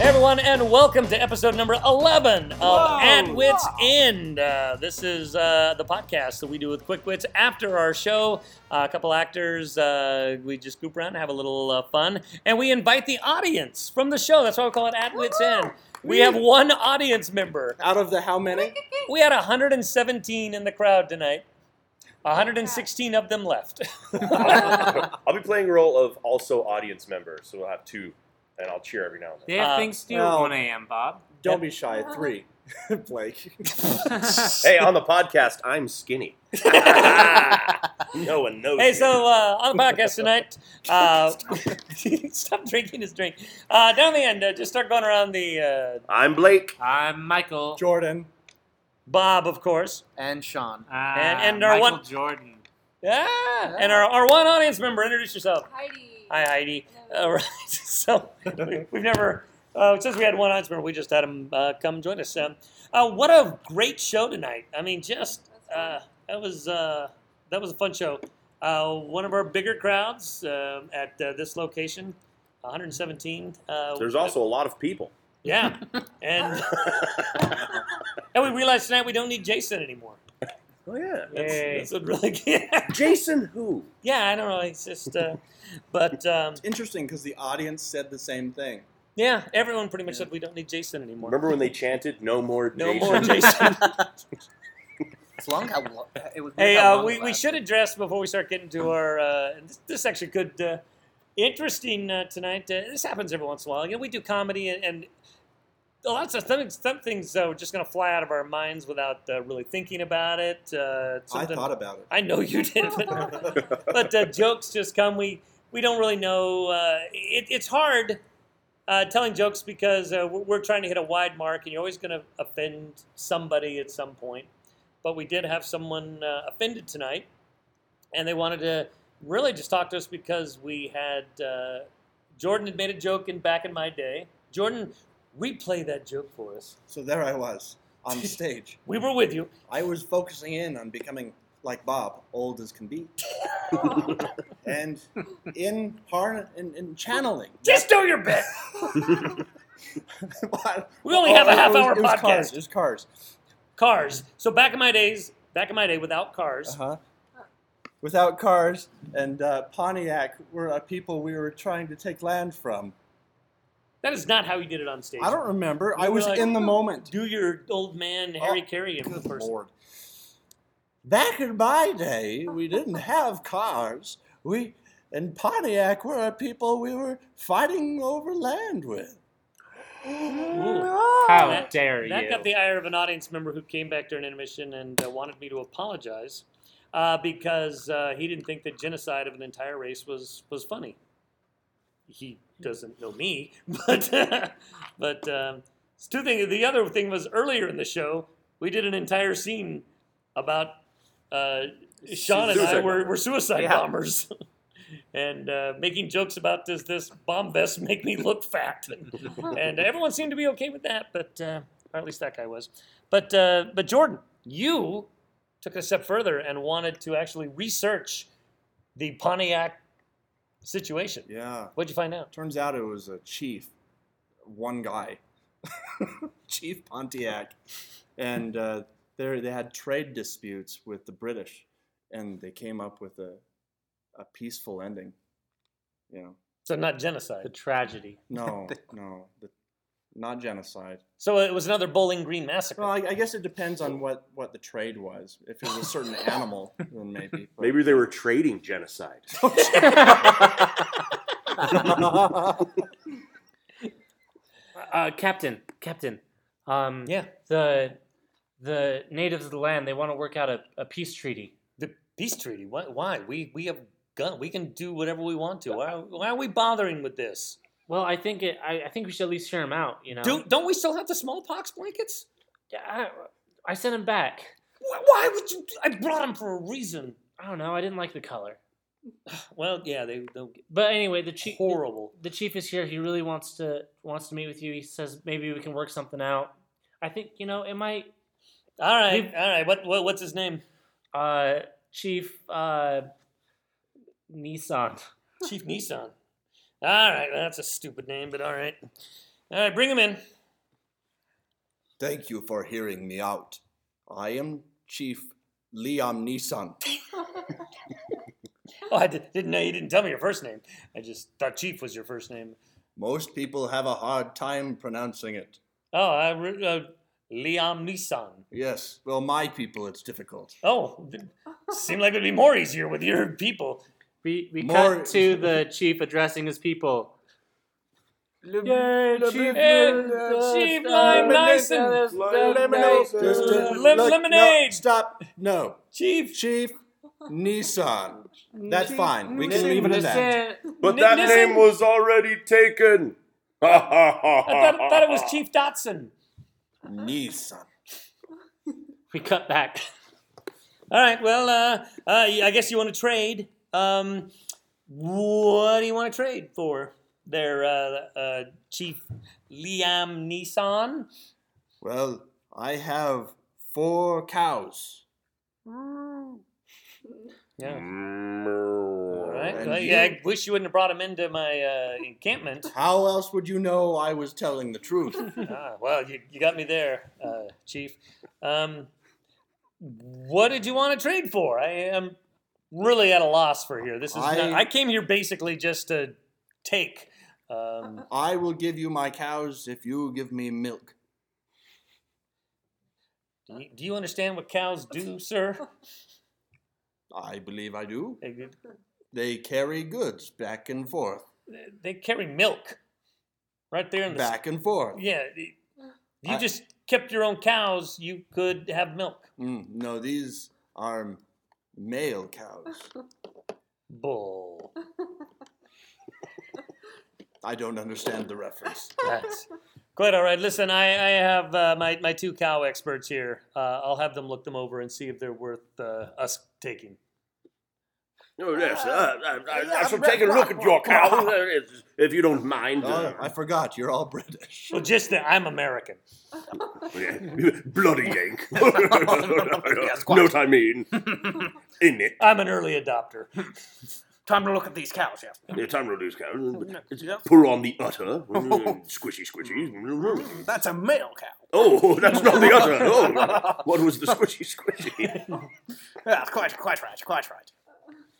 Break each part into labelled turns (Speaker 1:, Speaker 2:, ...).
Speaker 1: everyone, and welcome to episode number 11 of
Speaker 2: Whoa.
Speaker 1: At Wits End. Uh, this is uh, the podcast that we do with Quick Wits after our show. Uh, a couple actors, uh, we just group around, have a little uh, fun, and we invite the audience from the show. That's why we call it At Wits End. We have one audience member.
Speaker 2: Out of the how many?
Speaker 1: We had 117 in the crowd tonight. 116 of them left.
Speaker 3: I'll be playing role of also audience member, so we'll have two, and I'll cheer every now and then.
Speaker 4: They have
Speaker 1: Uh,
Speaker 4: things to do
Speaker 2: no.
Speaker 4: at 1 a.m., Bob. Uh-huh.
Speaker 2: Don't be shy at three, Blake.
Speaker 3: Hey, on the podcast, I'm skinny. no one knows.
Speaker 1: Hey,
Speaker 3: it.
Speaker 1: so uh, on the podcast tonight, uh, stop drinking his drink. Uh, down the end, uh, just start going around the uh,
Speaker 3: I'm Blake.
Speaker 4: I'm Michael.
Speaker 2: Jordan.
Speaker 1: Bob, of course,
Speaker 5: and Sean.
Speaker 4: Ah,
Speaker 1: And- and our
Speaker 4: Michael
Speaker 1: one-
Speaker 4: Jordan.
Speaker 1: yeah, and our, our one audience member. Introduce yourself.
Speaker 6: Heidi.
Speaker 1: Hi, Heidi. All right, so we, we've never. Uh, since we had one audience member, we just had him uh, come join us. Um, uh, what a great show tonight! I mean, just uh, that was uh, that was a fun show. Uh, one of our bigger crowds um at uh, this location, 117. Uh,
Speaker 3: There's also a lot of people.
Speaker 1: yeah, and and we realized tonight we don't need Jason anymore.
Speaker 3: Oh yeah.
Speaker 1: That's,
Speaker 4: Yay.
Speaker 1: that's what really yeah.
Speaker 3: Jason who?
Speaker 1: I don't know. It's just uh, but um,
Speaker 2: It's interesting because the audience said the same thing.
Speaker 1: yeah, everyone pretty much said we don't need Jason anymore.
Speaker 3: Remember when they chanted "No more
Speaker 1: No
Speaker 3: Jason"?
Speaker 1: more Jason.
Speaker 5: It's long how lo- it was.
Speaker 1: Hey,
Speaker 5: how
Speaker 1: uh,
Speaker 5: long
Speaker 1: we,
Speaker 5: it
Speaker 1: we
Speaker 5: lasted.
Speaker 1: should address before we start getting to our. Uh, and this, this actually could. Uh, interesting uh, tonight. Uh, this happens every once in a while. You know, we do comedy, and, and lots of some, some things uh, are just going to fly out of our minds without uh, really thinking about it. Uh,
Speaker 2: I
Speaker 1: something-
Speaker 2: thought about it.
Speaker 1: I know you did, but, but uh, jokes just come. We we don't really know. Uh, it, it's hard uh, telling jokes because uh, we're, we're trying to hit a wide mark, and you're always going to offend somebody at some point. But we did have someone uh, offended tonight, and they wanted to really just talk to us because we had uh, Jordan had made a joke in back in my day. Jordan, replay that joke for us.
Speaker 2: So there I was on stage.
Speaker 1: We were with you.
Speaker 2: I was focusing in on becoming like Bob, old as can be, and in harn and, and channeling.
Speaker 1: Just do your best. We only
Speaker 2: Oh,
Speaker 1: have a
Speaker 2: it
Speaker 1: half
Speaker 2: was-
Speaker 1: hour
Speaker 2: it was
Speaker 1: podcast.
Speaker 2: Cars, it was cars.
Speaker 1: cars. So back in my days, back in my day, without cars,
Speaker 2: Uh-huh. Without cars and uh, Pontiac were uh, people we were trying to take land from.
Speaker 1: that is not how you did it on stage.
Speaker 2: I don't remember.
Speaker 1: You
Speaker 2: I
Speaker 1: were
Speaker 2: was
Speaker 1: like,
Speaker 2: in the moment.
Speaker 1: do your old man Harry
Speaker 2: Oh,
Speaker 1: Carey in person.
Speaker 2: Back in my day, we didn't have cars. We and Pontiac were our people we were fighting over land with.
Speaker 4: How
Speaker 1: That-
Speaker 4: dare
Speaker 1: That
Speaker 4: you?
Speaker 1: got the ire of an audience member who came back during intermission and uh, wanted me to apologize uh, because uh, he didn't think that genocide of an entire race was was funny. He doesn't know me, but but um, it's two things. The other thing was earlier in the show we did an entire scene about uh, Sean and I
Speaker 3: Suicide
Speaker 1: were,
Speaker 3: bomber.
Speaker 1: were suicide
Speaker 5: Yeah.
Speaker 1: bombers. And uh, making jokes about does this bomb vest make me look fat? and everyone seemed to be okay with that, but uh, or at least that guy was. But uh, but Jordan, you took it a step further and wanted to actually research the Pontiac situation.
Speaker 2: Yeah.
Speaker 1: What'd you find out?
Speaker 2: Turns out it was a chief, one guy, Chief Pontiac, and uh, there they had trade disputes with the British, and they came up with a a peaceful ending. You know,
Speaker 1: So not
Speaker 4: the
Speaker 1: genocide.
Speaker 4: tragedy.
Speaker 2: no, no, the, not genocide.
Speaker 1: So it was another Bowling Green massacre.
Speaker 2: Well, I, I guess it depends on what what the trade was. If it was a certain animal, then maybe. but-
Speaker 3: Maybe they were trading genocide.
Speaker 4: Uh, Captain, Captain. Um,
Speaker 1: yeah,
Speaker 4: The the natives of the land they want to work out a, a peace treaty.
Speaker 1: the peace treaty. Why? why? We we have gun. We can do whatever we want to. Why, why are we bothering with this?
Speaker 4: Well, I think it, I, I think we should at least hear them out. You know,
Speaker 1: Do, don't we still have the smallpox blankets?
Speaker 4: Yeah, I, I sent him back.
Speaker 1: Why, why would you? I brought them for a reason.
Speaker 4: I don't know. I didn't like the color.
Speaker 1: Well, yeah, they they'll get
Speaker 4: But anyway, the chief
Speaker 1: horrible.
Speaker 4: the chief is here. He really wants to wants to meet with you. He says maybe we can work something out. I think you know it might.
Speaker 1: All right, all right. What, what what's his name?
Speaker 4: Uh, chief uh, Nissan.
Speaker 1: Chief Nissan. All right, that's a stupid name, but all right. All right, bring him in.
Speaker 2: Thank you for hearing me out. I am Chief Liam Neeson.
Speaker 1: Oh, I did, didn't know you didn't tell me your first name. I just thought Chief was your first name.
Speaker 2: Most people have a hard time pronouncing it.
Speaker 1: Oh, I re- uh, Liam Neeson.
Speaker 2: Yes, well, my people, it's difficult.
Speaker 1: Oh, seemed like it'd be more easier with your people.
Speaker 4: We, we
Speaker 2: More-
Speaker 4: cut to the chief addressing his people. Yay, chief!
Speaker 1: uh, Chief Lime Dyson.
Speaker 2: Just to-
Speaker 1: Lem-
Speaker 2: look, No,
Speaker 1: lemonade.
Speaker 2: stop. No.
Speaker 1: Chief,
Speaker 2: Chief Nissan. That's fine. We can leave it at that.
Speaker 7: But
Speaker 1: Ni-
Speaker 7: that
Speaker 1: listen.
Speaker 7: name was already taken. Ha ha ha!
Speaker 1: I thought, thought it was Chief Dotson.
Speaker 2: Nissan.
Speaker 4: We cut back.
Speaker 1: All right, well, uh, uh, I guess you want to trade. Um, what do you want to trade for there, uh, uh, Chief Liam Neeson?
Speaker 2: Well, I have four cows.
Speaker 1: Yeah.
Speaker 3: Mm-hmm.
Speaker 1: All
Speaker 7: Alright.
Speaker 1: right.
Speaker 2: And
Speaker 1: well,
Speaker 2: you-
Speaker 1: yeah, I wish you wouldn't have brought him into my uh, encampment.
Speaker 2: How else would you know I was telling the truth?
Speaker 1: ah, well, you, you got me there, uh, Chief. Um, what did you want to trade for? I am really at a loss for here. This is
Speaker 2: I-
Speaker 1: not, I came here basically just to take. Um,
Speaker 2: I will give you my cows if you give me milk.
Speaker 1: do, you, do you understand what cows do, sir?
Speaker 2: I believe I do.
Speaker 1: They,
Speaker 2: They carry goods back and forth.
Speaker 1: they carry milk right there in the
Speaker 2: Back and forth.
Speaker 1: Yeah, if you
Speaker 2: I-
Speaker 1: just kept your own cows, you could have milk.
Speaker 2: Mm, no, these are male cows.
Speaker 1: Bull.
Speaker 2: I don't understand the reference.
Speaker 1: That's quite all right. Listen, I, I have uh, my, my two cow experts here. Uh, I'll have them look them over and see if they're worth uh, us taking.
Speaker 7: Oh, yes. Uh, I, I, I shall take a look at your cow, uh, if- if you don't mind.
Speaker 2: Oh, I
Speaker 7: Uh,
Speaker 2: forgot. You're all British.
Speaker 1: Well, just that I'm American.
Speaker 7: yeah. Bloody yank.
Speaker 8: quite.
Speaker 7: Note I mean. In it.
Speaker 1: I'm an early adopter.
Speaker 8: Time to look at these cows. Yeah.
Speaker 7: Yeah, time to lose cow. Pull on the udder. Mm, Squishy,
Speaker 4: Mm.
Speaker 7: squishy.
Speaker 8: That's a male cow.
Speaker 7: Oh, that's not the udder. Oh, what was the squishy, squishy?
Speaker 8: Yeah, quite, quite right. Quite right.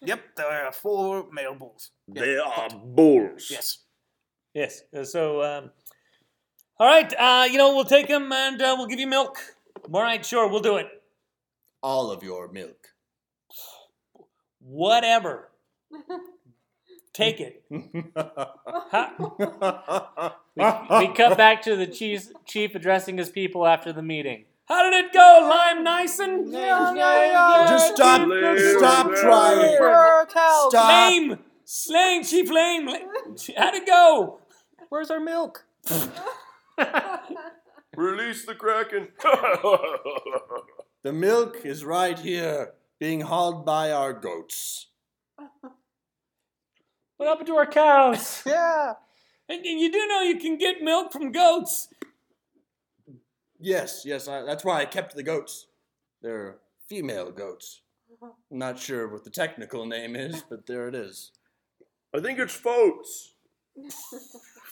Speaker 8: Yep, there are four male bulls.
Speaker 7: They are bulls.
Speaker 8: Yes.
Speaker 1: Yes. uh, So, um, all right. Uh, you know, we'll take them and uh, we'll give you milk. All right, sure, we'll do it.
Speaker 2: All of your milk.
Speaker 1: Whatever. Take it. How-
Speaker 4: We, we cut back to the chief, chief addressing his people after the meeting.
Speaker 1: How did it go, Lime Nyson?
Speaker 2: Just stop. Stop trying.
Speaker 8: cows.
Speaker 2: Stop.
Speaker 1: Lame! Lame, Chief Lame! La- How'd it go?
Speaker 8: Where's our milk?
Speaker 7: Release the kraken.
Speaker 2: The milk is right here, being hauled by our goats.
Speaker 4: What happened to our cows?
Speaker 8: Yeah.
Speaker 1: And, and you do know you can get milk from goats.
Speaker 2: Yes, yes, I, that's why I kept the goats. They're female goats. Not sure what the technical name is, but there it is.
Speaker 7: I think it's foats.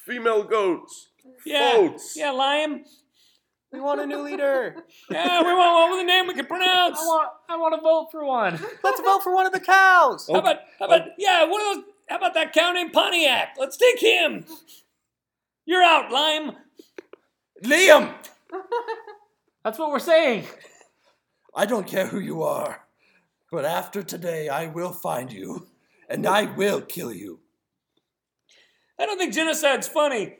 Speaker 7: Female goats.
Speaker 1: Yeah.
Speaker 7: Goats.
Speaker 1: Yeah, Lime.
Speaker 8: We want a new leader.
Speaker 1: Yeah, we want one with a name we can
Speaker 4: I
Speaker 1: pronounce.
Speaker 4: want, I want to vote for one.
Speaker 8: Let's vote for one of the
Speaker 4: Oh,
Speaker 8: cows.
Speaker 1: How about, how about, yeah, one of those, how about that cow named Pontiac? Let's take him. You're out, Lime.
Speaker 2: Liam!
Speaker 4: That's what we're saying.
Speaker 2: I don't care who you are, but after today, I will find you, and I will kill you.
Speaker 1: I don't think genocide's funny.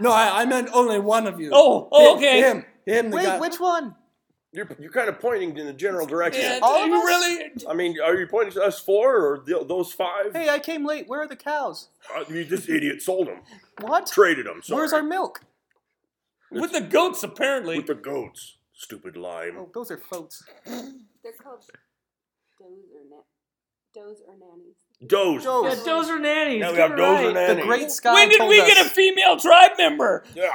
Speaker 2: No, I, I meant only one of you.
Speaker 1: Oh, oh,
Speaker 2: Him-
Speaker 1: okay.
Speaker 2: Him, him, the
Speaker 8: Wait,
Speaker 2: guy-
Speaker 8: which one?
Speaker 7: You're, you're kind of pointing in the general direction.
Speaker 1: Yeah,
Speaker 8: All of
Speaker 1: you
Speaker 8: us?
Speaker 1: really?
Speaker 7: I mean, are you pointing to us four or the, those five?
Speaker 8: Hey, I came late. Where are the cows?
Speaker 7: Uh, you, this idiot sold them,
Speaker 8: What?
Speaker 7: traded them. Sorry.
Speaker 8: Where's our milk?
Speaker 1: With the goats, apparently.
Speaker 7: With the goats. Stupid lime.
Speaker 8: Oh, those are folks.
Speaker 6: They're called does or na- does or nannies.
Speaker 7: Doze.
Speaker 8: Joe,
Speaker 4: Yeah, those are nannies.
Speaker 7: Now we
Speaker 4: Get
Speaker 7: got
Speaker 4: it
Speaker 7: dozer
Speaker 4: right.
Speaker 8: the
Speaker 7: nanny.
Speaker 8: great sky
Speaker 1: when did
Speaker 8: told
Speaker 1: we
Speaker 8: us.
Speaker 1: get a female tribe member?
Speaker 7: Yeah.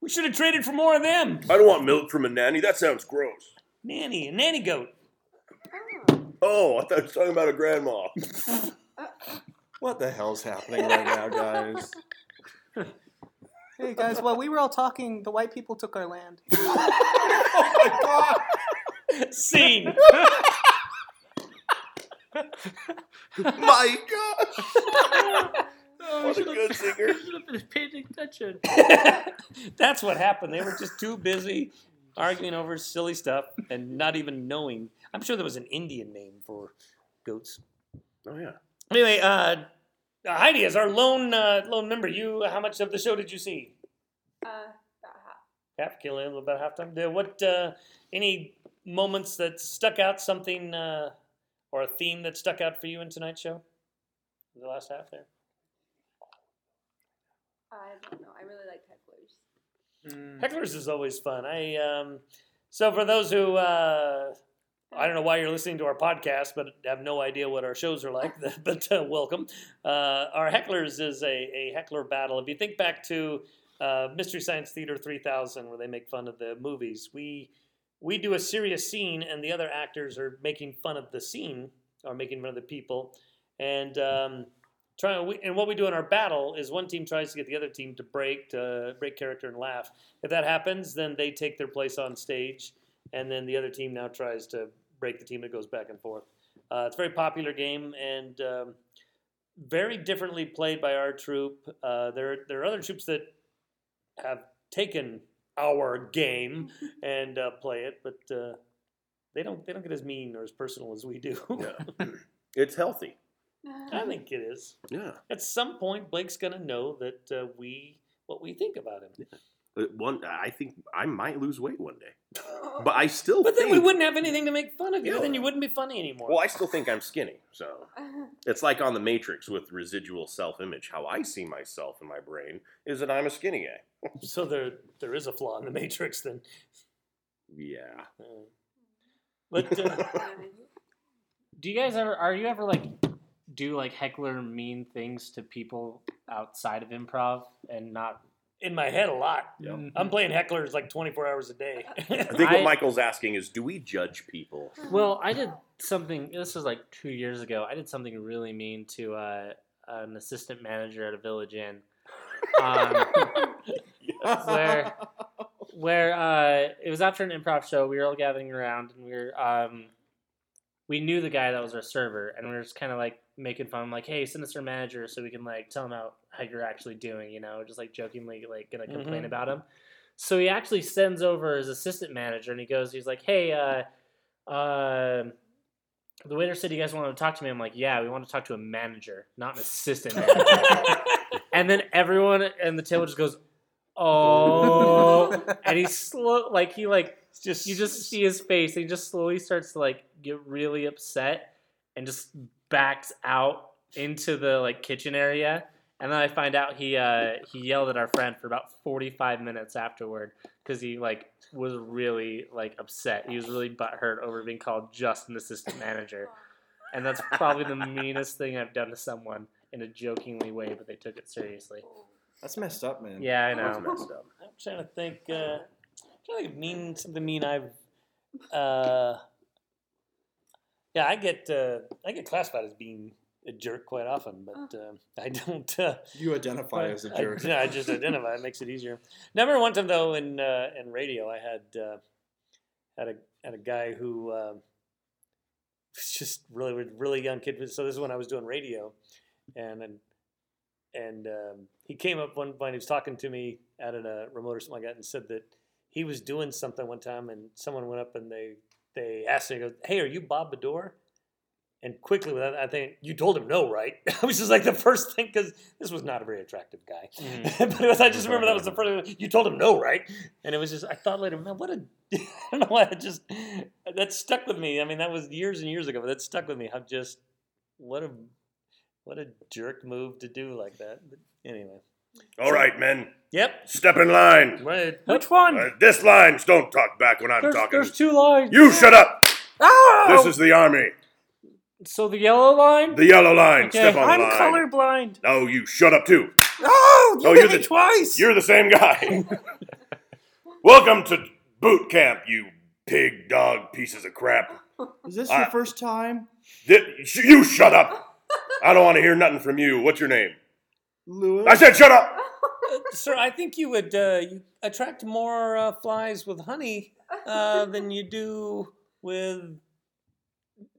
Speaker 1: We should have traded for more of them.
Speaker 7: I don't want milk from a nanny. That sounds gross.
Speaker 1: Nanny, a nanny goat.
Speaker 7: Oh, I thought you were talking about a grandma.
Speaker 2: What the hell's happening right now, guys?
Speaker 8: Hey guys, while we were all talking, the white people took our land.
Speaker 2: Oh my god!
Speaker 1: Scene.
Speaker 2: My god!
Speaker 4: Oh,
Speaker 3: What a good singer.
Speaker 4: should have been paying attention.
Speaker 1: That's what happened. They were just too busy arguing over silly stuff and not even knowing. I'm sure there was an Indian name for goats.
Speaker 3: Oh yeah.
Speaker 1: Anyway, uh, Heidi is our lone uh, lone member. You, how much of the show did you see?
Speaker 6: Uh, about half.
Speaker 1: Half kill a little bit half time. Did- What uh, any moments that stuck out? Something uh, or a theme that stuck out for you in tonight's show? The last half there.
Speaker 6: I don't know. I really like hecklers.
Speaker 7: Mm.
Speaker 1: Hecklers is always fun. I um, so for those who uh, I don't know why you're listening to our podcast, but have no idea what our shows are like. But uh, welcome. Uh, our hecklers is a, a heckler battle. If you think back to uh, Mystery Science Theater 3000, where they make fun of the movies, we we do a serious scene, and the other actors are making fun of the scene or making fun of the people, and um, trying. We, and what we do in our battle is one team tries to get the other team to break to break character and laugh. If that happens, then they take their place on stage, and then the other team now tries to break the team that goes back and forth. Uh, it's a very popular game and um, very differently played by our troop. Uh, there, there are other troops that have taken our game and uh, play it, but uh, they don't they don't get as mean or as personal as we do.
Speaker 3: Yeah. it's healthy.
Speaker 1: I think it is.
Speaker 3: Yeah.
Speaker 1: At some point, Blake's gonna know that uh, we what we think about him.
Speaker 7: Uh,
Speaker 3: One, I think I might lose weight one day, but I still.
Speaker 1: But then
Speaker 3: think,
Speaker 1: we wouldn't have anything to make fun of you.
Speaker 3: Yeah.
Speaker 1: Then you wouldn't be funny anymore.
Speaker 3: Well, I still think I'm skinny, so
Speaker 6: I
Speaker 3: it's like on the Matrix with residual self-image. How I see myself in my brain is that I'm a skinny guy.
Speaker 1: So there, there is a flaw in the Matrix then.
Speaker 3: Yeah.
Speaker 1: Uh, But uh,
Speaker 4: Do you guys ever? Are you ever like do like heckler mean things to people outside of improv and not?
Speaker 1: in my head, a lot.
Speaker 3: Yep.
Speaker 1: I'm playing hecklers like 24 hours a day.
Speaker 3: I think what
Speaker 4: I-
Speaker 3: Michael's asking is, do we judge people?
Speaker 4: Well, I did something. This was like two years ago. I did something really mean to uh, an assistant manager at a village inn. Um, where where uh, it was after an improv show. We were all gathering around, and we were um, we knew the guy that was our server, and we were just kind of like making fun, like, "Hey, send us our manager, so we can like tell him how, how you're actually doing," you know, just like jokingly, like gonna complain
Speaker 1: Mhm.
Speaker 4: about him. So he actually sends over his assistant manager, and he goes, he's like, "Hey, uh, uh, the waiter said you guys wanted to talk to me." I'm like, "Yeah, we want to talk to a manager, not an assistant manager." and then everyone and the table just goes, "Oh." and he slow like he like
Speaker 1: It's just
Speaker 4: you just see his face and he just slowly starts to like get really upset and just backs out into the like kitchen area and then i find out he uh he yelled at our friend for about 45 minutes afterward because he like was really like upset he was really butthurt over being called just an assistant manager and that's probably the meanest thing i've done to someone in a jokingly way but they took it seriously
Speaker 2: That's messed up, man.
Speaker 4: yeah i
Speaker 3: That's
Speaker 4: know
Speaker 3: messed up.
Speaker 1: I'm trying to think. Uh, I'm trying to think of mean something mean I've. Uh, yeah, I get uh, I get classified as being a jerk quite often, but uh, I don't. Uh,
Speaker 2: You identify as a
Speaker 1: I-
Speaker 2: jerk.
Speaker 1: yeah, I just identify. It makes it easier. Number one time though in uh, in radio, I had uh, had a had a guy who uh, was just really was really young kid. So this is when I was doing radio, and and, and um, he came up one point. He was talking to me out at a remote or something like that, and said that he was doing something one time, and someone went up and they they asked him, he goes, "Hey, are you Bob Bedore?" And quickly, without I think you told him no, right? I was just like the first thing because this was not a very attractive guy.
Speaker 4: Mm.
Speaker 3: Mm.
Speaker 1: but it was, I just remember that was the first thing, you told him no, right? And it was just I thought later, man, what a I don't know why I just that stuck with me. I mean, that was years and years ago, but that stuck with me. How just what a what a jerk move to do like that. But anyway,
Speaker 3: All right, men,
Speaker 1: yep.
Speaker 3: step in line.
Speaker 1: Right.
Speaker 4: which one
Speaker 3: Uh, this lines don't talk back when I'm
Speaker 4: there's,
Speaker 3: talking.
Speaker 4: there's two lines
Speaker 3: You shut up.
Speaker 4: Oh!
Speaker 3: This is the army.
Speaker 4: so the yellow line
Speaker 3: The yellow line. Step on
Speaker 4: I'm
Speaker 3: the line.
Speaker 4: colorblind.
Speaker 3: No, you shut up too.
Speaker 8: Oh,
Speaker 3: No,
Speaker 8: you
Speaker 3: you're
Speaker 8: hit me
Speaker 3: the-
Speaker 8: twice.
Speaker 3: You're the same guy. Welcome to boot camp, you pig dog pieces of crap.
Speaker 2: Is this
Speaker 3: I-
Speaker 2: your first time?
Speaker 3: Th- sh- You shut up. I don't want to hear nothing from you. What's your name?
Speaker 2: Lewis?
Speaker 3: I said shut up.
Speaker 1: Sir, I think you would uh, you attract more uh, flies with honey uh, than you do with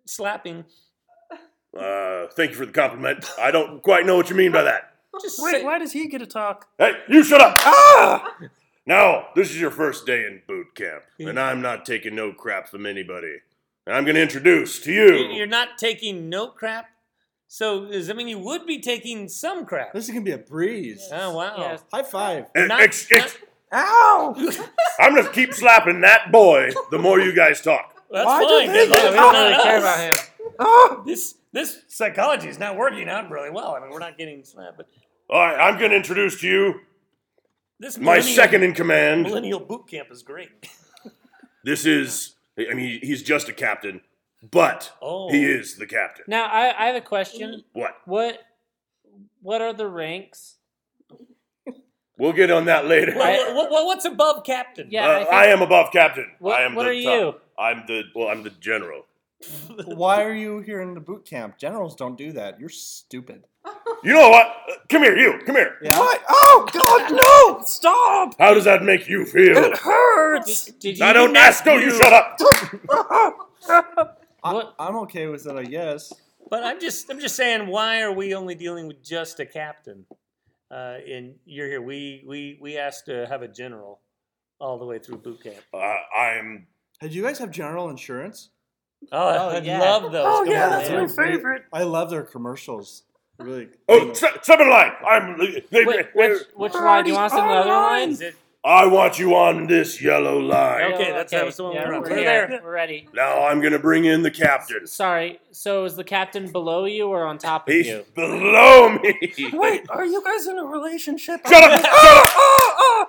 Speaker 1: slapping.
Speaker 3: Uh, thank you for the compliment. I don't quite know what you mean by that.
Speaker 1: Just
Speaker 8: Wait,
Speaker 1: say-
Speaker 8: why does he get to talk?
Speaker 3: Hey, you shut up!
Speaker 4: Ah!
Speaker 3: Now, this is your first day in boot camp, and I'm not taking no crap from anybody. And I'm going to introduce to
Speaker 1: you- You're
Speaker 3: you.
Speaker 1: not taking no crap. So does that mean you would be taking some crap?
Speaker 2: This is gonna be a breeze.
Speaker 1: Oh wow!
Speaker 4: Yes.
Speaker 2: High five.
Speaker 3: Eh,
Speaker 1: Not-
Speaker 3: ex- ex-
Speaker 8: Ow!
Speaker 3: I'm going to keep slapping that boy the more you guys talk.
Speaker 1: That's
Speaker 8: Why do
Speaker 1: fine.
Speaker 8: they
Speaker 1: Good luck.
Speaker 8: get
Speaker 1: It's
Speaker 4: we
Speaker 8: Oh,
Speaker 4: don't
Speaker 1: not
Speaker 4: really care
Speaker 1: us.
Speaker 4: about him.
Speaker 8: Oh!
Speaker 1: This this psychology is not working out really well. I mean, we're not getting slapped. But
Speaker 3: All right, I'm going to introduce to you
Speaker 1: this
Speaker 3: my
Speaker 1: millennial-
Speaker 3: second in command.
Speaker 1: millennial boot camp is great.
Speaker 3: This is, I mean, he's just a captain, but
Speaker 1: Oh,
Speaker 3: he is the captain.
Speaker 4: Now I, I have a question.
Speaker 3: What?
Speaker 4: What what are the ranks?
Speaker 3: We'll get on that later.
Speaker 1: Well,
Speaker 4: I-
Speaker 1: what- what- what's above captain?
Speaker 3: Uh,
Speaker 4: Yeah,
Speaker 3: I,
Speaker 4: think-
Speaker 3: am above captain.
Speaker 4: What,
Speaker 3: I am
Speaker 4: what
Speaker 3: the
Speaker 4: are
Speaker 3: top. I'm the well. I'm the general.
Speaker 2: Why are you here in the boot camp? Generals don't do that. You're stupid.
Speaker 3: You know what? Uh, Come here, you. Come here.
Speaker 2: Yeah.
Speaker 8: What? Oh God, no! Stop!
Speaker 3: How does that make you feel?
Speaker 8: It hurts.
Speaker 4: you? Did, did you
Speaker 3: I don't ask. No, you shut up.
Speaker 2: I,
Speaker 4: What?
Speaker 2: I'm okay with it, I guess.
Speaker 1: But I'm just I'm just saying, why are we only dealing with just a captain? Uh, and you're here. We we we asked to have a general all the way through boot camp.
Speaker 3: Uh, I'm.
Speaker 2: Hey, do you guys have general insurance?
Speaker 1: Oh, I
Speaker 4: Oh, yeah.
Speaker 1: love those.
Speaker 8: Oh
Speaker 1: Come
Speaker 8: yeah,
Speaker 1: on,
Speaker 8: that's
Speaker 1: man.
Speaker 8: my favorite.
Speaker 2: I love their commercials. Really.
Speaker 3: Oh, st- step in line. I'm. They,
Speaker 4: Which,
Speaker 3: they-
Speaker 4: which, which line? Do you want us in the other line?
Speaker 1: Is it-
Speaker 3: I want you on this yellow line.
Speaker 1: Okay, that's- that was the one
Speaker 4: yeah,
Speaker 1: we're on.
Speaker 4: We're,
Speaker 1: We're
Speaker 4: here.
Speaker 1: there.
Speaker 4: We're ready.
Speaker 3: Now I'm gonna bring in the captain.
Speaker 4: Sorry. So is the captain below you or on top of
Speaker 3: He's
Speaker 4: you?
Speaker 3: below me.
Speaker 8: Wait, are you guys in a relationship?
Speaker 3: Shut up! Shut up!
Speaker 8: Oh, oh.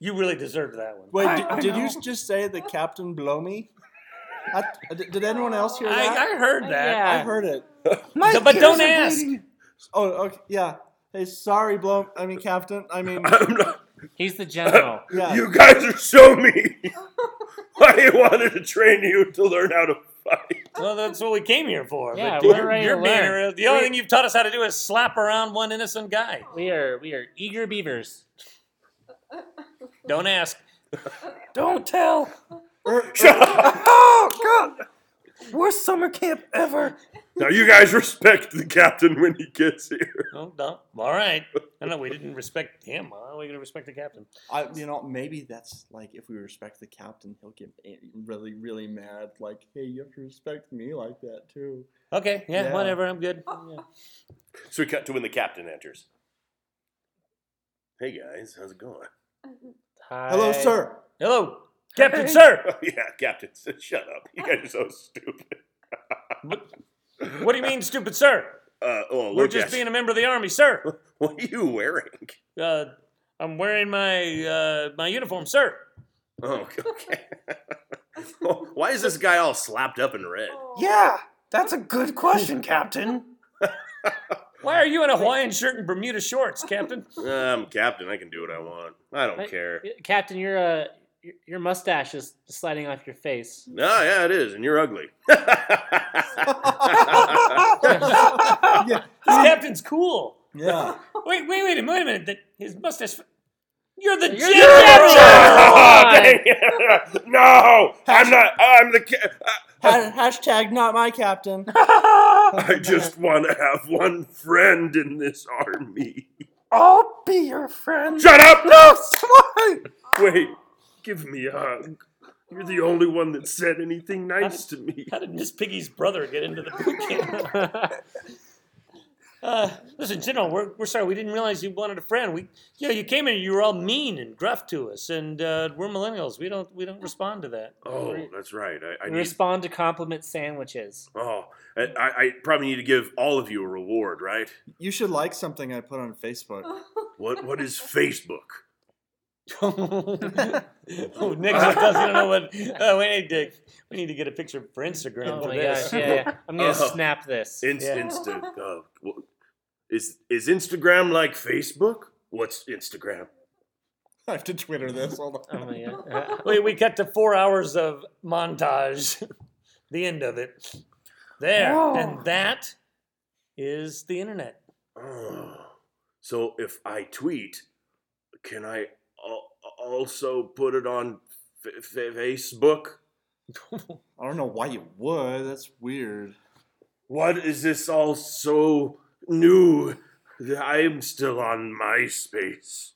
Speaker 1: you really deserved that one.
Speaker 2: Wait,
Speaker 8: I-
Speaker 2: did,
Speaker 8: I
Speaker 2: did you
Speaker 8: know.
Speaker 2: just say the captain blow me? I, uh, did did anyone else hear that?
Speaker 1: I, I heard that.
Speaker 2: I
Speaker 4: Yeah.
Speaker 2: heard it.
Speaker 8: My
Speaker 1: No, but
Speaker 8: ears
Speaker 1: don't
Speaker 8: are
Speaker 1: ask.
Speaker 8: bleeding.
Speaker 2: Oh, okay, yeah. Hey, sorry, blow. I mean, captain. I mean,
Speaker 3: I'm not,
Speaker 4: He's the general.
Speaker 2: yeah.
Speaker 3: You guys are so mean. I wanted to train you to learn how to fight.
Speaker 1: Well, that's what we came here for. but
Speaker 4: Yeah,
Speaker 1: you're,
Speaker 4: we're ready to
Speaker 1: you're being
Speaker 4: learn.
Speaker 1: real- The only
Speaker 4: We-
Speaker 1: thing you've taught us how to do is slap around one innocent guy.
Speaker 4: We are we are eager beavers.
Speaker 1: Don't ask.
Speaker 8: Don't tell.
Speaker 2: Er-
Speaker 3: Shut up.
Speaker 8: Oh God, worst summer camp ever.
Speaker 3: Now you guys respect the captain when he gets here.
Speaker 1: No, no. All right. I know we didn't respect him. How are we going to respect the captain?
Speaker 2: I, you know, maybe that's like if we respect the captain, he'll get a- really, really mad. Like, hey, you have to respect me like that too.
Speaker 1: Okay. Yeah.
Speaker 2: Yeah.
Speaker 1: Whatever. I'm good. Yeah.
Speaker 3: So we cut to when the captain enters. Hey guys, how's it going?
Speaker 2: Hello,
Speaker 4: Hi.
Speaker 2: sir.
Speaker 1: Hello, Captain, sir.
Speaker 3: Oh yeah, captain, s- shut up. You guys are so stupid.
Speaker 1: What do you mean, stupid sir?
Speaker 3: Uh, oh,
Speaker 1: We're
Speaker 3: look
Speaker 1: just
Speaker 3: at-
Speaker 1: being a member of the army, sir.
Speaker 3: What are you wearing?
Speaker 1: Uh, I'm wearing my uh, my uniform, sir.
Speaker 3: Oh, okay. Why is this guy all slapped up in red?
Speaker 8: Yeah, that's a good question, Captain.
Speaker 1: Why are you in a Hawaiian shirt and Bermuda shorts, Captain?
Speaker 3: Uh, I'm captain. I can do what I want. I don't
Speaker 4: Wait.
Speaker 3: care.
Speaker 4: Captain, your uh, your- your mustache is sliding off your face.
Speaker 3: No, yeah, it is, and you're ugly. I
Speaker 2: yeah,
Speaker 1: This captain's cool.
Speaker 2: yeah.
Speaker 1: Wait, wait, wait, a minute, wait a minute. That his mustache. You're the
Speaker 4: You're the
Speaker 1: general.
Speaker 4: general!
Speaker 3: Oh, dang it. no, I'm not. I'm the. Ca- uh,
Speaker 2: Ha- hashtag not my captain.
Speaker 3: I just want to have one friend in this army.
Speaker 8: I'll be your friend.
Speaker 3: Shut up!
Speaker 8: No, sorry.
Speaker 3: Wait, give me a hug. You're the only one that said anything nice to me.
Speaker 1: How did Miss Piggy's brother get into the boot camp? uh, listen, General, we're, we're sorry. We didn't realize you wanted a friend. We, yeah, you came in. and You were all mean and gruff to us, and uh, we're millennials. We don't we don't respond to that.
Speaker 3: Oh, that's right. I, I need.
Speaker 4: Respond to compliment sandwiches.
Speaker 3: Oh, I, I I probably need to give all of you a reward, right?
Speaker 2: You should like something I put on Facebook.
Speaker 3: What What is Facebook?
Speaker 1: oh, Nick just doesn't know what. Oh, we need to we need to get a picture for Instagram
Speaker 4: Oh
Speaker 1: for
Speaker 4: my
Speaker 1: this.
Speaker 4: gosh! Yeah, yeah. I'm gonna
Speaker 3: Oh.
Speaker 4: snap this.
Speaker 3: Inst-
Speaker 1: Yeah.
Speaker 3: Insta. Oh, wha- is is Instagram like Facebook? What's Instagram?
Speaker 2: I have to Twitter this. Hold
Speaker 4: Oh
Speaker 2: on.
Speaker 4: my god!
Speaker 1: We we cut to four hours of montage. the end of it. There, and that is the internet.
Speaker 3: Oh, so if I tweet, Can I al- also put it on f- f- Facebook?
Speaker 2: I don't know why you would. That's weird.
Speaker 3: What is this all so new? I'm still on MySpace.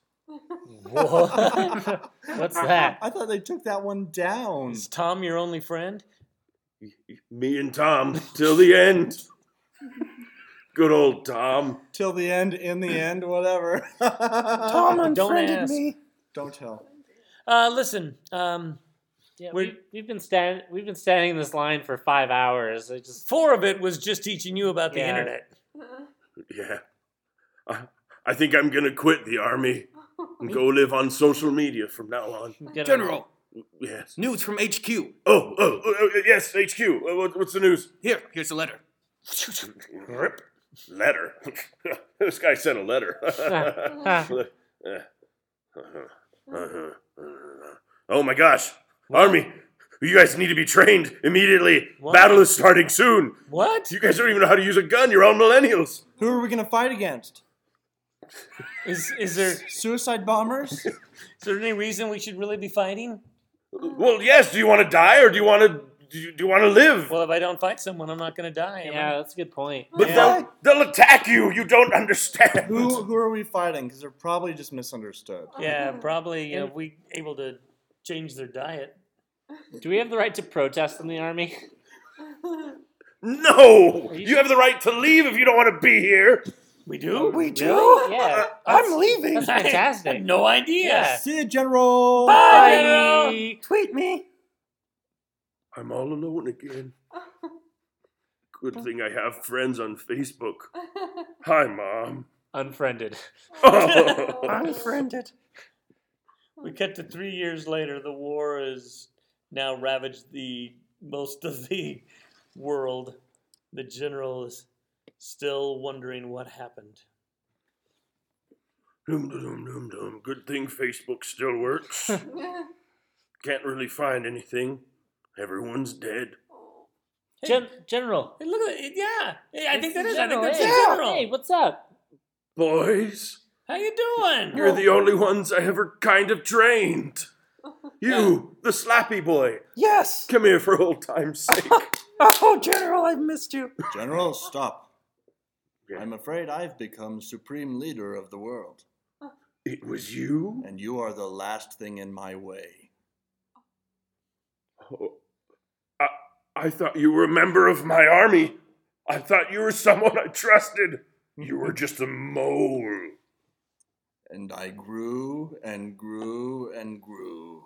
Speaker 4: What? What's that?
Speaker 2: I thought they took that one down.
Speaker 1: Is Tom your only friend?
Speaker 3: Me and Tom till the end. Good old Tom.
Speaker 2: Till the end, in the end, whatever.
Speaker 8: Tom
Speaker 1: Don't
Speaker 8: unfriended
Speaker 1: ask.
Speaker 8: me.
Speaker 2: Don't tell.
Speaker 1: Uh, listen, um,
Speaker 4: Yeah,
Speaker 1: We're-
Speaker 4: we, we've been standing we've been standing in this line for five hours. I just
Speaker 1: four of it was just teaching you about the
Speaker 4: Yeah.
Speaker 1: internet.
Speaker 3: Yeah. I, I think I'm going to quit the army and go live on social media from now on.
Speaker 4: gonna,
Speaker 5: General,
Speaker 3: Yes.
Speaker 5: news from HQ.
Speaker 3: Oh, oh, oh, oh, yes, HQ. Uh, what- What's the news?
Speaker 5: Here, here's a letter.
Speaker 3: Rip. Letter. this guy sent a letter. Uh-huh. oh my gosh. Army, you guys need to be trained immediately.
Speaker 1: What?
Speaker 3: Battle is starting soon.
Speaker 1: What
Speaker 3: You guys don't even know how to use a gun. You're all millennials.
Speaker 2: Who are we gonna fight against?
Speaker 1: is is there? Is
Speaker 2: Suicide bombers?
Speaker 1: there any reason we should really be fighting?
Speaker 3: Well, yes. Do you want to die or do you want to do you, do you want to live?
Speaker 1: Well, if I don't fight someone, I'm not going to die. am I?
Speaker 4: Yeah, that's a good point.
Speaker 3: but
Speaker 2: yeah.
Speaker 3: they'll, they'll attack you. You don't understand.
Speaker 2: who who are we fighting? Because they're probably just misunderstood.
Speaker 1: yeah, probably. Uh, we able to change their diet.
Speaker 4: Do we have the right to protest in the army?
Speaker 3: No.
Speaker 4: Are you
Speaker 3: You have the right to leave if you don't want to be here.
Speaker 1: We do.
Speaker 8: Oh, We do?
Speaker 4: Yeah.
Speaker 8: I'm leaving.
Speaker 4: That's fantastic.
Speaker 1: I had no idea.
Speaker 4: Yeah.
Speaker 2: See you, General.
Speaker 1: Bye.
Speaker 8: Tweet me.
Speaker 3: I'm all alone again. Good thing I have friends on Facebook. Hi, mom.
Speaker 4: Unfriended.
Speaker 2: Oh.
Speaker 8: Unfriended.
Speaker 1: We cut to three years later. The war has now ravaged the most of the world. The general is still wondering what happened.
Speaker 3: Dum, dum, dum, dum, dum. Good thing Facebook still works. Can't really find anything. Everyone's dead.
Speaker 4: Gen- General.
Speaker 1: Hey, look at it. Yeah, Hey, I think
Speaker 4: It's
Speaker 1: that
Speaker 4: the
Speaker 1: is. I think
Speaker 4: general,
Speaker 1: that's
Speaker 4: hey.
Speaker 1: the general.
Speaker 4: Hey, what's up?
Speaker 3: Boys,
Speaker 1: How you doing?
Speaker 3: you're the only ones I ever kind of trained. You, the slappy boy,
Speaker 8: Yes.
Speaker 3: come here for old time's sake.
Speaker 8: Oh, General, I've missed you.
Speaker 2: General, stop.
Speaker 3: Yeah.
Speaker 2: I'm afraid I've become supreme leader of the world,
Speaker 3: it was you?
Speaker 2: and you are the last thing in my way.
Speaker 3: Oh, I, I thought you were a member of my army. I thought you were someone I trusted. You were just a mole.
Speaker 2: And I grew and grew and grew.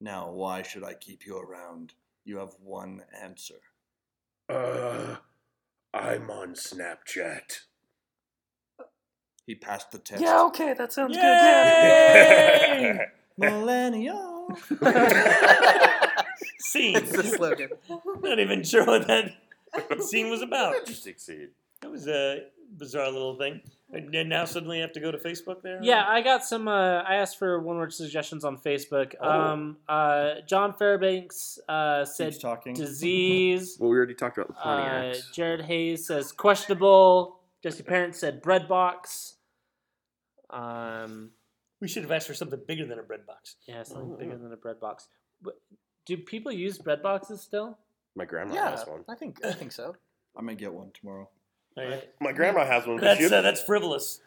Speaker 2: Now, why should I keep you around? You have one answer.
Speaker 3: Uh, I'm on Snapchat.
Speaker 2: He passed the test.
Speaker 8: Yeah, okay, that sounds good. Yeah.
Speaker 1: Yay!
Speaker 2: Millennial.
Speaker 1: Scene.
Speaker 8: It's the slogan.
Speaker 1: Not even sure what that scene was about.
Speaker 3: Interesting scene.
Speaker 1: That was a bizarre little thing. And then now suddenly you have to go to Facebook there?
Speaker 4: Yeah, I got some. Uh, I asked for one word suggestions on Facebook.
Speaker 1: Oh.
Speaker 4: Um, uh, John Fairbanks uh, said
Speaker 2: Keeps talking.
Speaker 4: disease.
Speaker 7: Well, we already talked about the
Speaker 4: Uh,
Speaker 7: Pontiacs.
Speaker 4: Jared Hayes says questionable. Jesse Parent said bread box. Um,
Speaker 1: We should have asked for something bigger than a bread box.
Speaker 4: yeah, something bigger than a bread box. But do people use bread boxes still?
Speaker 7: My grandma
Speaker 8: Yeah,
Speaker 7: has one.
Speaker 8: I think I think so.
Speaker 2: I'm gonna get one tomorrow.
Speaker 7: My grandma has one. but
Speaker 1: That's,
Speaker 7: She,
Speaker 1: uh, that's frivolous.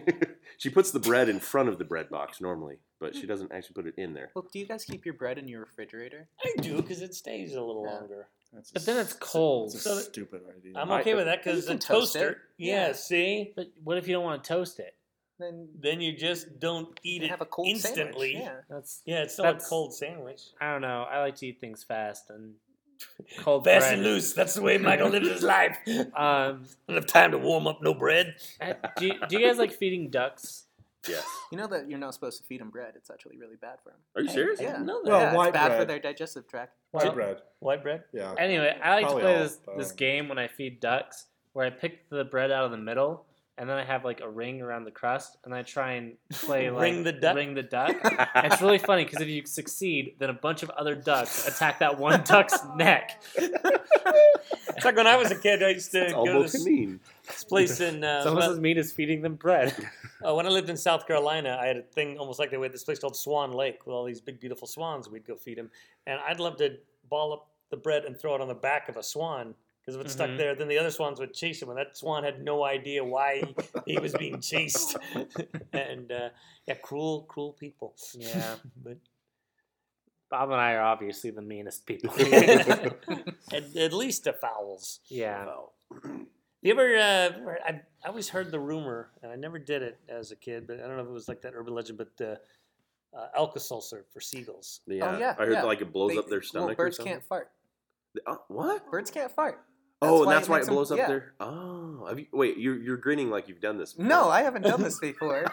Speaker 7: she puts the bread in front of the bread box normally, but she doesn't actually put it in there.
Speaker 8: Well, do you guys keep your bread in your refrigerator?
Speaker 1: I do because it stays a little longer.
Speaker 2: That's a
Speaker 4: But then
Speaker 2: s-
Speaker 4: it's cold.
Speaker 2: It's a
Speaker 1: So-
Speaker 2: stupid idea.
Speaker 1: I'm
Speaker 7: I-
Speaker 1: okay with that
Speaker 8: You
Speaker 1: because the
Speaker 8: can toast it.
Speaker 1: toaster. Yeah,
Speaker 8: Yeah.
Speaker 1: see?
Speaker 4: But what if you don't want to toast it?
Speaker 8: Then
Speaker 1: Then you just don't eat
Speaker 8: you
Speaker 1: it
Speaker 8: have a cold
Speaker 1: instantly.
Speaker 8: sandwich.
Speaker 4: That's
Speaker 1: Yeah, it's not a
Speaker 4: That's-
Speaker 1: cold sandwich.
Speaker 4: I don't know. I like to eat things fast and cold
Speaker 1: Fast
Speaker 4: bread.
Speaker 1: and loose. That's the way Michael lives his life. I
Speaker 4: Um,
Speaker 1: don't have time to warm up no bread.
Speaker 4: I- do, you- do you guys like feeding ducks?
Speaker 7: Yes.
Speaker 8: Yeah. You know that you're not supposed to feed them bread. It's actually really bad for them.
Speaker 7: Are you serious?
Speaker 8: Yeah.
Speaker 1: No,
Speaker 2: Well,
Speaker 8: yeah,
Speaker 2: white
Speaker 8: it's bad for
Speaker 2: bread.
Speaker 8: their digestive tract.
Speaker 2: White
Speaker 4: Well,
Speaker 2: bread.
Speaker 1: White bread?
Speaker 2: Yeah.
Speaker 4: Anyway, I like
Speaker 2: Probably
Speaker 4: to play
Speaker 2: all,
Speaker 4: this
Speaker 2: but-
Speaker 4: this game when I feed ducks, where I pick the bread out of the middle, and then I have like a ring around the crust, and I try and play like
Speaker 1: Ring the duck?
Speaker 4: Ring the duck. And it's really funny because if you succeed, then a bunch of other ducks attack that one duck's neck.
Speaker 1: It's like when I was a kid, I used to
Speaker 7: It's
Speaker 1: go to
Speaker 7: almost
Speaker 1: this.
Speaker 7: mean.
Speaker 1: This place in uh,
Speaker 4: Someone
Speaker 1: well-
Speaker 4: says meat is feeding them bread.
Speaker 1: Uh, when I lived in South Carolina, I had a thing almost like that. We had this place called Swan Lake with all these big, beautiful swans. We'd go feed them, and I'd love to ball up the bread and throw it on the back of a swan because if it stuck
Speaker 4: Mhm.
Speaker 1: there, then the other swans would chase him, and that swan had no idea why he, he was being chased. and uh, yeah, cruel, cruel people.
Speaker 4: Yeah.
Speaker 1: but
Speaker 4: Bob and I are obviously the meanest people.
Speaker 1: at, at least the fowls.
Speaker 4: yeah.
Speaker 1: You ever? Uh, ever- I, I always heard the rumor, and I never did it as a kid, but I don't know if it was like that urban legend, but the uh, Alka Seltzer for seagulls.
Speaker 7: Yeah.
Speaker 8: Oh, yeah,
Speaker 7: I heard
Speaker 8: yeah.
Speaker 7: like it blows
Speaker 8: They-
Speaker 7: up their
Speaker 8: well,
Speaker 7: stomach. or
Speaker 8: birds
Speaker 7: something.
Speaker 8: can't fart.
Speaker 7: Uh, what?
Speaker 8: Birds can't fart.
Speaker 7: oh, and
Speaker 8: why
Speaker 7: that's
Speaker 8: it
Speaker 7: why
Speaker 8: makes
Speaker 7: it
Speaker 8: 'em-
Speaker 7: blows up
Speaker 8: yeah.
Speaker 7: there. Oh, have you, wait, you're you're grinning like you've done this. before.
Speaker 8: No, I haven't done this before.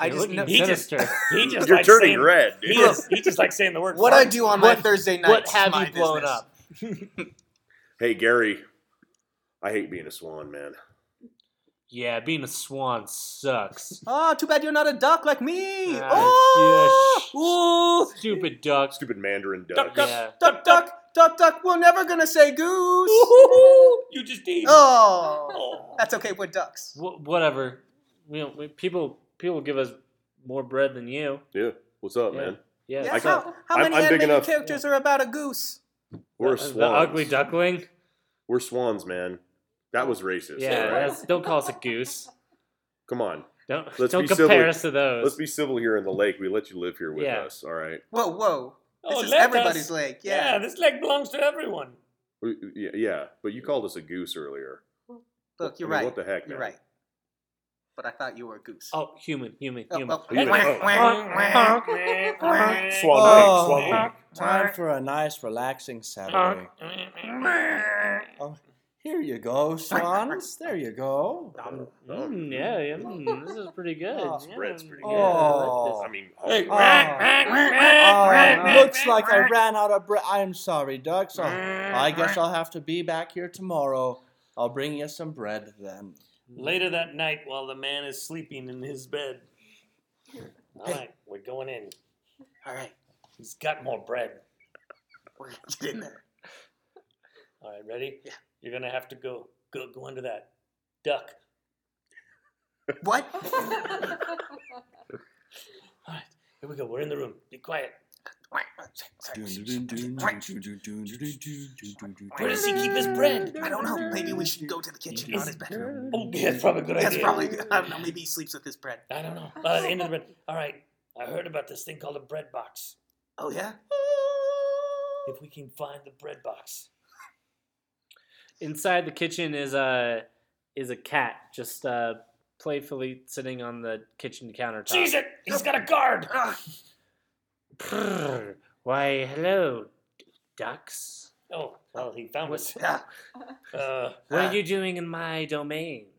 Speaker 8: I
Speaker 4: You're
Speaker 8: just
Speaker 4: looking
Speaker 8: know.
Speaker 1: He just-
Speaker 4: sinister.
Speaker 1: He just
Speaker 3: You're
Speaker 1: likes
Speaker 3: turning
Speaker 1: saying,
Speaker 3: red,
Speaker 1: He
Speaker 3: dude.
Speaker 1: just, he just likes saying the word.
Speaker 8: What I do on my
Speaker 4: What-
Speaker 8: Thursday night.
Speaker 4: what have you blown up?
Speaker 3: Hey, Gary, I hate being a swan, man.
Speaker 4: Yeah, being a swan sucks.
Speaker 8: Oh, too bad you're not a duck like me.
Speaker 4: Ah,
Speaker 8: oh,
Speaker 4: yeah, sh- Stupid ducks.
Speaker 3: Stupid Mandarin
Speaker 1: Duck,
Speaker 3: duck.
Speaker 1: duck.
Speaker 4: Yeah.
Speaker 8: duck, duck, duck, duck. We're never gonna say goose.
Speaker 1: You just need.
Speaker 8: Oh, that's okay. We're ducks.
Speaker 4: Wh- whatever. We don't, we, people people give us more bread than you.
Speaker 7: Yeah. What's up,
Speaker 4: Yeah.
Speaker 7: man?
Speaker 4: Yeah.
Speaker 8: Yeah,
Speaker 3: I
Speaker 8: how, how
Speaker 3: I'm-
Speaker 8: many
Speaker 3: I'm big
Speaker 8: animated
Speaker 3: enough.
Speaker 8: characters are about a goose?
Speaker 7: We're
Speaker 4: the,
Speaker 7: swans.
Speaker 4: the ugly duckling.
Speaker 7: We're swans, man. That was racist.
Speaker 4: Yeah,
Speaker 7: all right?
Speaker 4: that's, don't call us a goose.
Speaker 7: Come on.
Speaker 4: Don't
Speaker 7: Let's
Speaker 4: don't
Speaker 7: be
Speaker 4: compare
Speaker 7: civil.
Speaker 4: us to those.
Speaker 7: Let's be civil here in the lake. We let you live here with
Speaker 4: Yeah.
Speaker 7: us. All right.
Speaker 8: Whoa, whoa. This
Speaker 1: Oh,
Speaker 8: is
Speaker 1: let
Speaker 8: everybody's
Speaker 1: us-
Speaker 8: lake.
Speaker 1: Yeah.
Speaker 8: Yeah.
Speaker 1: this leg belongs to everyone.
Speaker 7: We- Yeah, yeah, but you called us a goose earlier.
Speaker 8: Look, you're
Speaker 7: I mean,
Speaker 8: right.
Speaker 7: What the heck, man?
Speaker 8: You're right. But I thought you were a goose.
Speaker 4: oh, human, human,
Speaker 8: Oh,
Speaker 4: human.
Speaker 8: oh.
Speaker 7: Are you gonna- oh,
Speaker 3: Swan
Speaker 2: Oh.
Speaker 3: Lake, Swan Lake.
Speaker 2: Time for a nice, relaxing Saturday. Oh, here you go, swans. There you go.
Speaker 4: Um, mm, yeah, yeah, mm, this is pretty good.
Speaker 2: Oh,
Speaker 4: yeah,
Speaker 7: spread's pretty
Speaker 4: yeah,
Speaker 2: good.
Speaker 4: I
Speaker 2: Oh.
Speaker 4: like
Speaker 7: I mean,
Speaker 1: Hey.
Speaker 2: Oh, looks like I ran out of breath. I'm sorry, ducks. I'll- I guess I'll have to be back here tomorrow. I'll bring you some bread then.
Speaker 1: Later that night, while the man is sleeping in his bed. All right, we're going in.
Speaker 8: All right.
Speaker 1: He's got more bread.
Speaker 8: We're gonna get in there.
Speaker 1: All right, ready?
Speaker 8: Yeah.
Speaker 1: You're gonna have to go go go into that duck.
Speaker 8: What?
Speaker 1: All right, here we go. We're in the room. Be quiet. Where does he keep his bread?
Speaker 8: I don't know. Maybe we should go to the kitchen, not
Speaker 1: Is-
Speaker 8: his bedroom.
Speaker 1: Oh, yeah, that's probably a good
Speaker 8: That's
Speaker 1: idea.
Speaker 8: probably. I don't know. Maybe he sleeps with his bread.
Speaker 1: I don't know. Uh, the end of the bread. All right, I heard about this thing called a bread box.
Speaker 8: Oh yeah.
Speaker 1: If we can find the bread box,
Speaker 4: it. Inside the kitchen is a is a cat just uh, playfully sitting on the kitchen
Speaker 8: Uh,
Speaker 4: countertop.
Speaker 1: seize it. He's got a guard.
Speaker 4: Prrr. Why, hello, ducks.
Speaker 1: Oh, well, he found us.
Speaker 8: Yeah.
Speaker 1: Uh,
Speaker 4: What
Speaker 8: Ah.
Speaker 4: are you doing in my domain?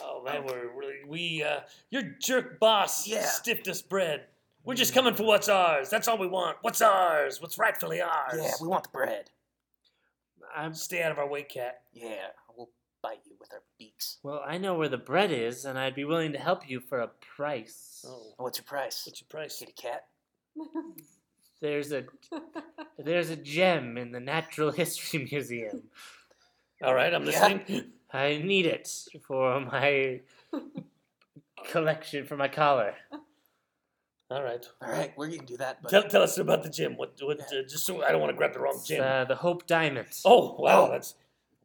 Speaker 1: oh man, we're really we. Uh, your jerk boss
Speaker 8: Um, Yeah. Mm.
Speaker 1: stiffed us bread. We're just coming for what's ours. That's all we want. What's ours? What's rightfully ours?
Speaker 8: Yeah. We want the bread.
Speaker 4: I'm
Speaker 1: Stay out of our way, cat.
Speaker 8: Yeah. We'll bite you with our beaks.
Speaker 4: well. I know where the bread is, and I'd be willing to help you for a price.
Speaker 1: Oh,
Speaker 8: What's your price?
Speaker 1: what's your price?
Speaker 8: Kitty cat.
Speaker 4: There's a there's a gem in the Natural History Museum.
Speaker 1: All right, I'm
Speaker 8: Yeah.
Speaker 1: listening.
Speaker 4: I need it for my collection for my collar.
Speaker 1: Oh, All right.
Speaker 8: All right. We're gonna do that. But
Speaker 1: Tell, tell us about the gym. What? What? Uh, just so I don't want to grab the wrong
Speaker 4: It's,
Speaker 1: gym.
Speaker 4: uh, the Hope Diamond.
Speaker 1: oh wow,
Speaker 8: Oh.
Speaker 1: that's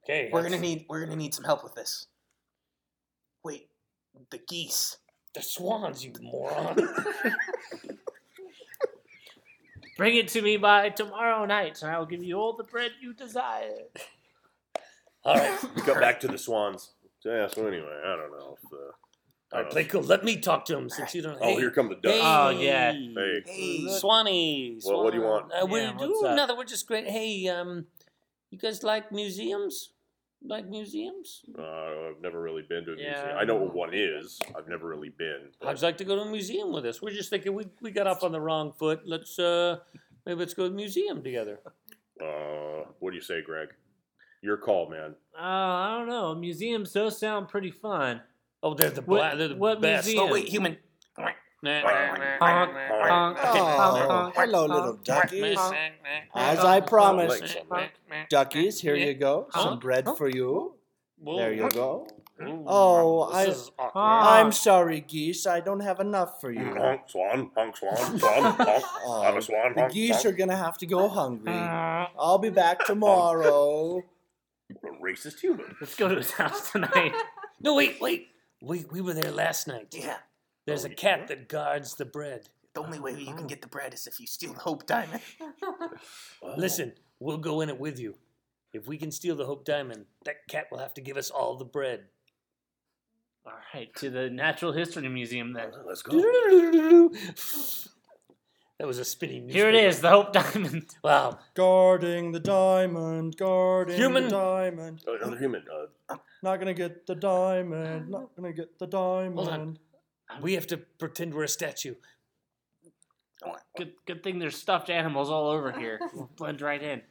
Speaker 1: okay.
Speaker 8: we're
Speaker 1: that's-
Speaker 8: gonna need. We're gonna need some help with this. Wait. The geese.
Speaker 1: the swans, you moron.
Speaker 4: Bring it to me by tomorrow night, and I will give you all the bread you desire.
Speaker 1: all right,
Speaker 7: got back to the swans. So, yeah, so anyway, I don't know. If, uh, I
Speaker 1: all
Speaker 7: don't
Speaker 1: right,
Speaker 7: know.
Speaker 1: play cool. Let me talk to him since you don't.
Speaker 7: Oh, here come the ducks.
Speaker 1: Hey.
Speaker 4: Oh yeah.
Speaker 7: Hey.
Speaker 8: Hey.
Speaker 1: Swanee.
Speaker 7: Well, what do you
Speaker 1: Swan.
Speaker 7: want?
Speaker 1: Uh, we
Speaker 4: Yeah,
Speaker 1: do
Speaker 4: what's up?
Speaker 1: nothing. We're just great. Hey, um, you guys like museums? Like museums?
Speaker 7: Uh, I've never really been to a
Speaker 4: Yeah.
Speaker 7: museum. I know what one is. I've never really been. but-
Speaker 1: I'd like to go to a museum with us. We're just thinking we, we got off on the wrong foot. Let's uh, maybe let's go to the museum together.
Speaker 7: Uh, what do you say, Greg? Your call, man.
Speaker 4: Uh, I don't know. Museums does sound pretty fun.
Speaker 1: Oh, they're the
Speaker 4: What-
Speaker 1: bla- they're the
Speaker 4: what
Speaker 1: best.
Speaker 4: museum?
Speaker 8: Oh wait, human.
Speaker 1: Nah, nah,
Speaker 7: Honk,
Speaker 1: nah,
Speaker 4: honk,
Speaker 1: nah.
Speaker 7: honk.
Speaker 2: Oh, hello, little duckies. As I
Speaker 7: Like
Speaker 2: promised, duckies, here you go. Some
Speaker 1: Honk.
Speaker 2: bread for you. There you go.
Speaker 1: Ooh,
Speaker 7: Mm.
Speaker 2: Oh,
Speaker 1: this
Speaker 2: I-
Speaker 1: is awkward.
Speaker 4: Ah.
Speaker 2: I'm sorry, geese. I don't have enough for you.
Speaker 7: Mm-hmm.
Speaker 3: Honk, swan, honk, swan, swan, honk. I'm a swan,
Speaker 2: The
Speaker 3: honk,
Speaker 2: geese are
Speaker 3: honk.
Speaker 2: gonna have to go hungry.
Speaker 4: Uh,
Speaker 2: I'll be back tomorrow.
Speaker 3: What a racist human.
Speaker 4: Let's go to his house tonight.
Speaker 1: No, wait, wait. We we were there last night.
Speaker 8: Yeah,
Speaker 1: There's
Speaker 7: Oh,
Speaker 1: a cat that guards the bread.
Speaker 8: the only way you
Speaker 3: Uh-huh.
Speaker 8: can get the bread is if you steal the Hope Diamond.
Speaker 7: Oh.
Speaker 1: Listen, we'll go in it with you. If we can steal the Hope Diamond, that cat will have to give us all the bread.
Speaker 4: All right, to the Natural History Museum
Speaker 7: Oh,
Speaker 4: then.
Speaker 3: Let's go.
Speaker 1: That was a spinning.
Speaker 4: Here it
Speaker 1: newspaper.
Speaker 4: is, the Hope Diamond.
Speaker 1: Wow.
Speaker 2: guarding the diamond, guarding
Speaker 1: Human.
Speaker 2: the diamond.
Speaker 3: Oh, Another human. Uh,
Speaker 2: Not gonna get the diamond. Not gonna get the diamond.
Speaker 1: We have to pretend we're a statue.
Speaker 4: Good, good thing there's stuffed animals all over here. We'll blend right in.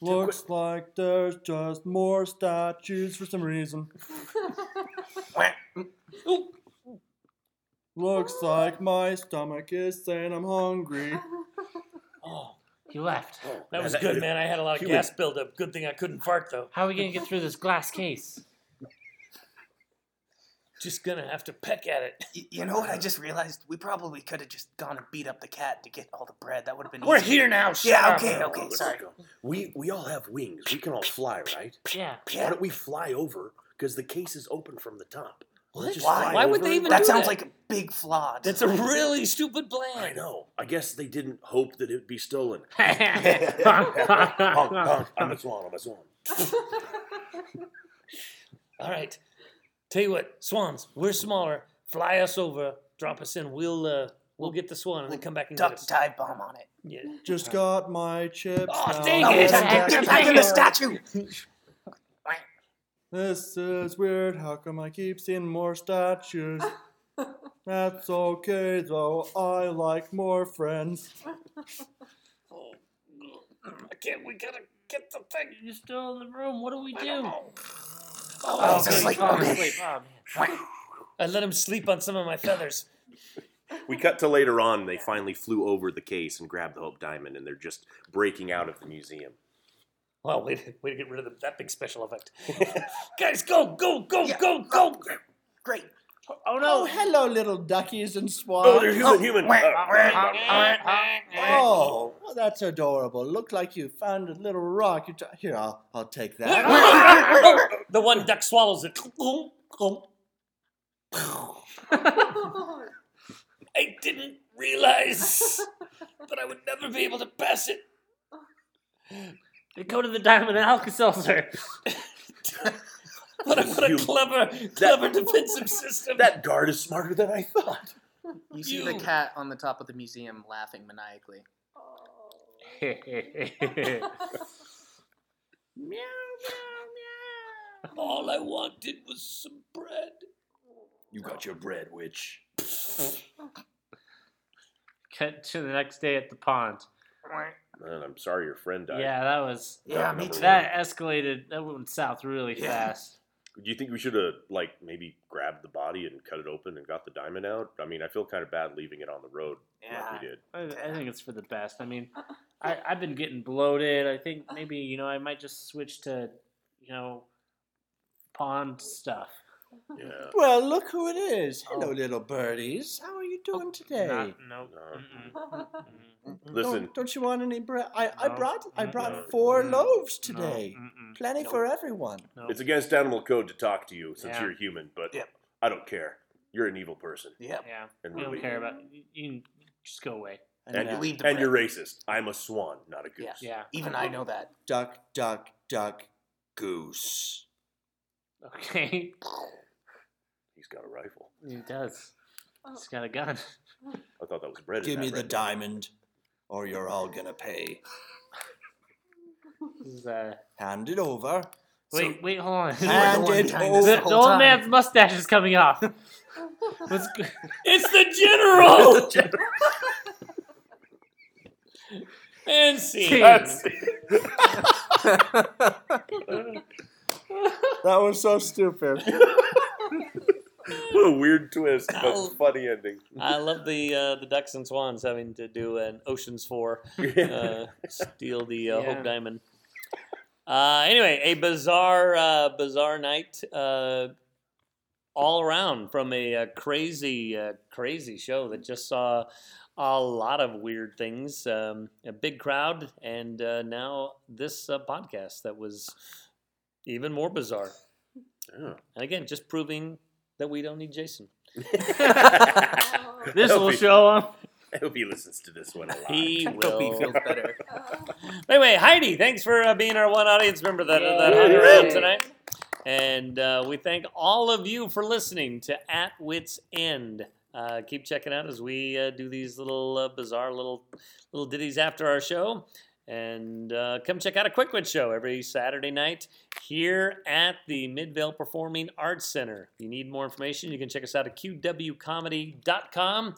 Speaker 2: Looks like there's just more statues for some reason. Looks like my stomach is saying I'm hungry.
Speaker 1: Oh,
Speaker 4: He left.
Speaker 1: that was good, man. I had a lot of
Speaker 3: Human.
Speaker 1: gas buildup. Good thing I couldn't fart though.
Speaker 4: How are we gonna get through this glass case?
Speaker 1: Just gonna have to peck at it.
Speaker 8: Y- you know what?
Speaker 3: Uh-huh.
Speaker 8: I just realized we probably could have just gone and beat up the cat to get all the bread. That would have been.
Speaker 1: We're
Speaker 8: easy.
Speaker 1: here now. Shut
Speaker 8: Yeah.
Speaker 1: up.
Speaker 8: Okay.
Speaker 3: Oh,
Speaker 8: Okay.
Speaker 3: let's
Speaker 8: Sorry.
Speaker 3: go. We we all have wings. We can all fly, right?
Speaker 4: Yeah.
Speaker 8: Yeah.
Speaker 3: Why don't we fly over? Because the case is open from the top.
Speaker 1: What?
Speaker 3: Just
Speaker 1: Why?
Speaker 3: fly
Speaker 1: Why would
Speaker 3: over
Speaker 1: they
Speaker 3: it.
Speaker 1: even
Speaker 8: That
Speaker 1: do
Speaker 8: sounds
Speaker 1: that?
Speaker 8: like a big flaw.
Speaker 1: That's a really stupid
Speaker 3: I
Speaker 1: plan.
Speaker 3: know. I guess they didn't hope that it would be stolen. Honk, honk. I'm a
Speaker 4: All
Speaker 3: swan. I'm a swan.
Speaker 1: All right. Tell you what, swans, we're smaller. Fly us over, drop us in. We'll uh, we'll get the swan and then come back and get
Speaker 8: duck
Speaker 1: us.
Speaker 8: dive bomb on it.
Speaker 1: Yeah.
Speaker 2: Just got my chips.
Speaker 1: Oh,
Speaker 2: now
Speaker 1: dang
Speaker 2: I'm
Speaker 1: it.
Speaker 2: getting
Speaker 1: Dang
Speaker 2: back
Speaker 1: it.
Speaker 2: to
Speaker 8: Get back in the
Speaker 2: work.
Speaker 8: statue.
Speaker 2: This is weird. How come I keep seeing more statues? That's okay though. I like more friends.
Speaker 1: Oh, I can't. We gotta get the thing.
Speaker 4: You're still in the room. What do we do?
Speaker 1: Oh,
Speaker 8: He's
Speaker 1: okay.
Speaker 8: asleep.
Speaker 4: Oh, sleep. Oh, man.
Speaker 1: I let him sleep on some of my feathers.
Speaker 7: We cut to later on. They finally flew over the case and grabbed the Hope Diamond, and they're just breaking out of the museum.
Speaker 1: Wow, way to, way to get rid of the, that big special effect. Guys, go, go, go,
Speaker 8: Yeah.
Speaker 1: go, go.
Speaker 8: Great.
Speaker 4: Oh,
Speaker 2: Oh,
Speaker 4: no.
Speaker 2: hello, little duckies and swans.
Speaker 3: Oh, they're human. Human.
Speaker 8: wah,
Speaker 3: Uh,
Speaker 2: Oh, well, that's adorable. Look like you found a little rock. You t- Here, I'll, I'll take that.
Speaker 1: the one duck swallows it. I didn't realize that I would never be able to pass it.
Speaker 4: They go to the Diamond and Alka-Seltzer.
Speaker 1: What a, what a
Speaker 3: You-
Speaker 1: clever, clever defensive system.
Speaker 3: that guard is smarter than I thought.
Speaker 8: You see the
Speaker 1: You.
Speaker 8: cat on the top of the museum laughing maniacally.
Speaker 1: All I wanted was some bread.
Speaker 2: You got your bread, witch.
Speaker 4: Cut to the next day at the pond.
Speaker 7: Man, I'm sorry your friend died.
Speaker 4: Yeah, that was.
Speaker 8: Yeah, me
Speaker 7: Number
Speaker 8: too.
Speaker 4: That escalated. That went south really
Speaker 8: Yeah.
Speaker 4: fast.
Speaker 7: Do you think we should have like maybe grabbed the body and cut it open and got the diamond out? I mean, I feel kind of bad leaving it on the road
Speaker 8: Yeah.
Speaker 7: like we did.
Speaker 4: I, I think it's for the best. I mean, I, I've been getting bloated. I think maybe you know I might just switch to, you know, pond stuff.
Speaker 7: Yeah.
Speaker 2: Well, look who it is. Hello,
Speaker 4: Oh.
Speaker 2: little birdies. How are you doing today?
Speaker 4: Not, no.
Speaker 7: No.
Speaker 4: mm-mm, mm-mm,
Speaker 7: Listen,
Speaker 2: Don't, don't you want any bread? I, I
Speaker 4: No.
Speaker 2: brought I brought
Speaker 7: No.
Speaker 2: four
Speaker 4: No.
Speaker 2: loaves
Speaker 4: no, Mm.
Speaker 2: today.
Speaker 4: mm-mm,
Speaker 2: Plenty for everyone.
Speaker 4: no.
Speaker 7: it's against animal code to talk to you since
Speaker 4: Yeah.
Speaker 7: you're human, but
Speaker 8: Yep.
Speaker 7: I don't care. You're an evil person,
Speaker 8: Yep.
Speaker 4: Yeah,
Speaker 7: and
Speaker 4: we
Speaker 7: really,
Speaker 4: don't care about you. can just go away.
Speaker 2: And
Speaker 7: And,
Speaker 2: now,
Speaker 8: Leave the
Speaker 7: and
Speaker 8: bread.
Speaker 7: you're racist. I'm a swan, not a goose.
Speaker 8: Yeah.
Speaker 4: Yeah.
Speaker 8: Even I know that.
Speaker 2: duck, duck, duck, goose.
Speaker 4: Okay.
Speaker 7: He's got a rifle.
Speaker 4: He does. He's got a gun.
Speaker 7: I thought that was bread. in
Speaker 2: Give
Speaker 7: that
Speaker 2: me the
Speaker 7: bread.
Speaker 2: diamond, or you're all gonna pay.
Speaker 4: This is, uh,
Speaker 2: Hand it over.
Speaker 4: wait, wait, hold on.
Speaker 2: Hand
Speaker 8: one
Speaker 2: it
Speaker 8: behind this
Speaker 4: The,
Speaker 2: over.
Speaker 8: whole
Speaker 4: the old
Speaker 8: time.
Speaker 4: man's mustache is coming off. Let's go.
Speaker 1: It's the general. and see.
Speaker 4: That's-
Speaker 2: That was so stupid.
Speaker 7: What a weird twist,
Speaker 1: Ow.
Speaker 8: Oh.
Speaker 7: but funny ending.
Speaker 1: I love the uh, the ducks and swans having to do an Ocean's Four uh, steal the uh,
Speaker 4: Yeah.
Speaker 1: Hope Diamond. Uh, anyway, a bizarre, uh, bizarre night uh, all around from a, uh crazy, uh, crazy show that just saw a lot of weird things, um, a big crowd, and uh, now this uh, podcast that was even more bizarre.
Speaker 7: Oh.
Speaker 1: And again, just proving that we don't need Jason.
Speaker 7: I
Speaker 4: This
Speaker 7: hope
Speaker 4: will
Speaker 7: he-
Speaker 4: show him.
Speaker 7: I hope he listens to this one a lot.
Speaker 1: He
Speaker 8: Hope he feels
Speaker 1: will.
Speaker 8: better.
Speaker 1: Anyway, Heidi, thanks for uh, being our one audience member that, that hung
Speaker 4: Yay.
Speaker 1: around tonight. And uh, we thank all of you for listening to At Wits End. Uh, keep checking out as we uh, do these little uh, bizarre little little ditties after our show. And uh, come check out a Quick Wit show every Saturday night here at the Midvale Performing Arts Center. If you need more information, you can check us out at qwcomedy.com.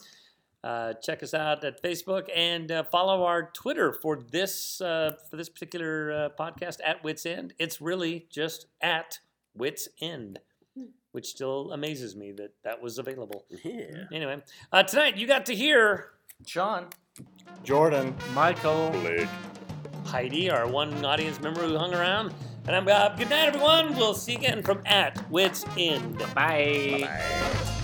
Speaker 1: Uh, check us out at Facebook and uh, follow our Twitter for this uh, for this particular uh, podcast at Wits End. It's really just at Wits End, which still amazes me that that was available.
Speaker 7: Yeah.
Speaker 1: Anyway, uh, tonight you got to hear
Speaker 4: John,
Speaker 2: Jordan.
Speaker 4: Michael,
Speaker 3: Blake.
Speaker 1: Heidi, our one audience member who hung around. And I'm uh, good night, everyone. We'll see you again from at Wits End.
Speaker 4: bye.
Speaker 7: Bye.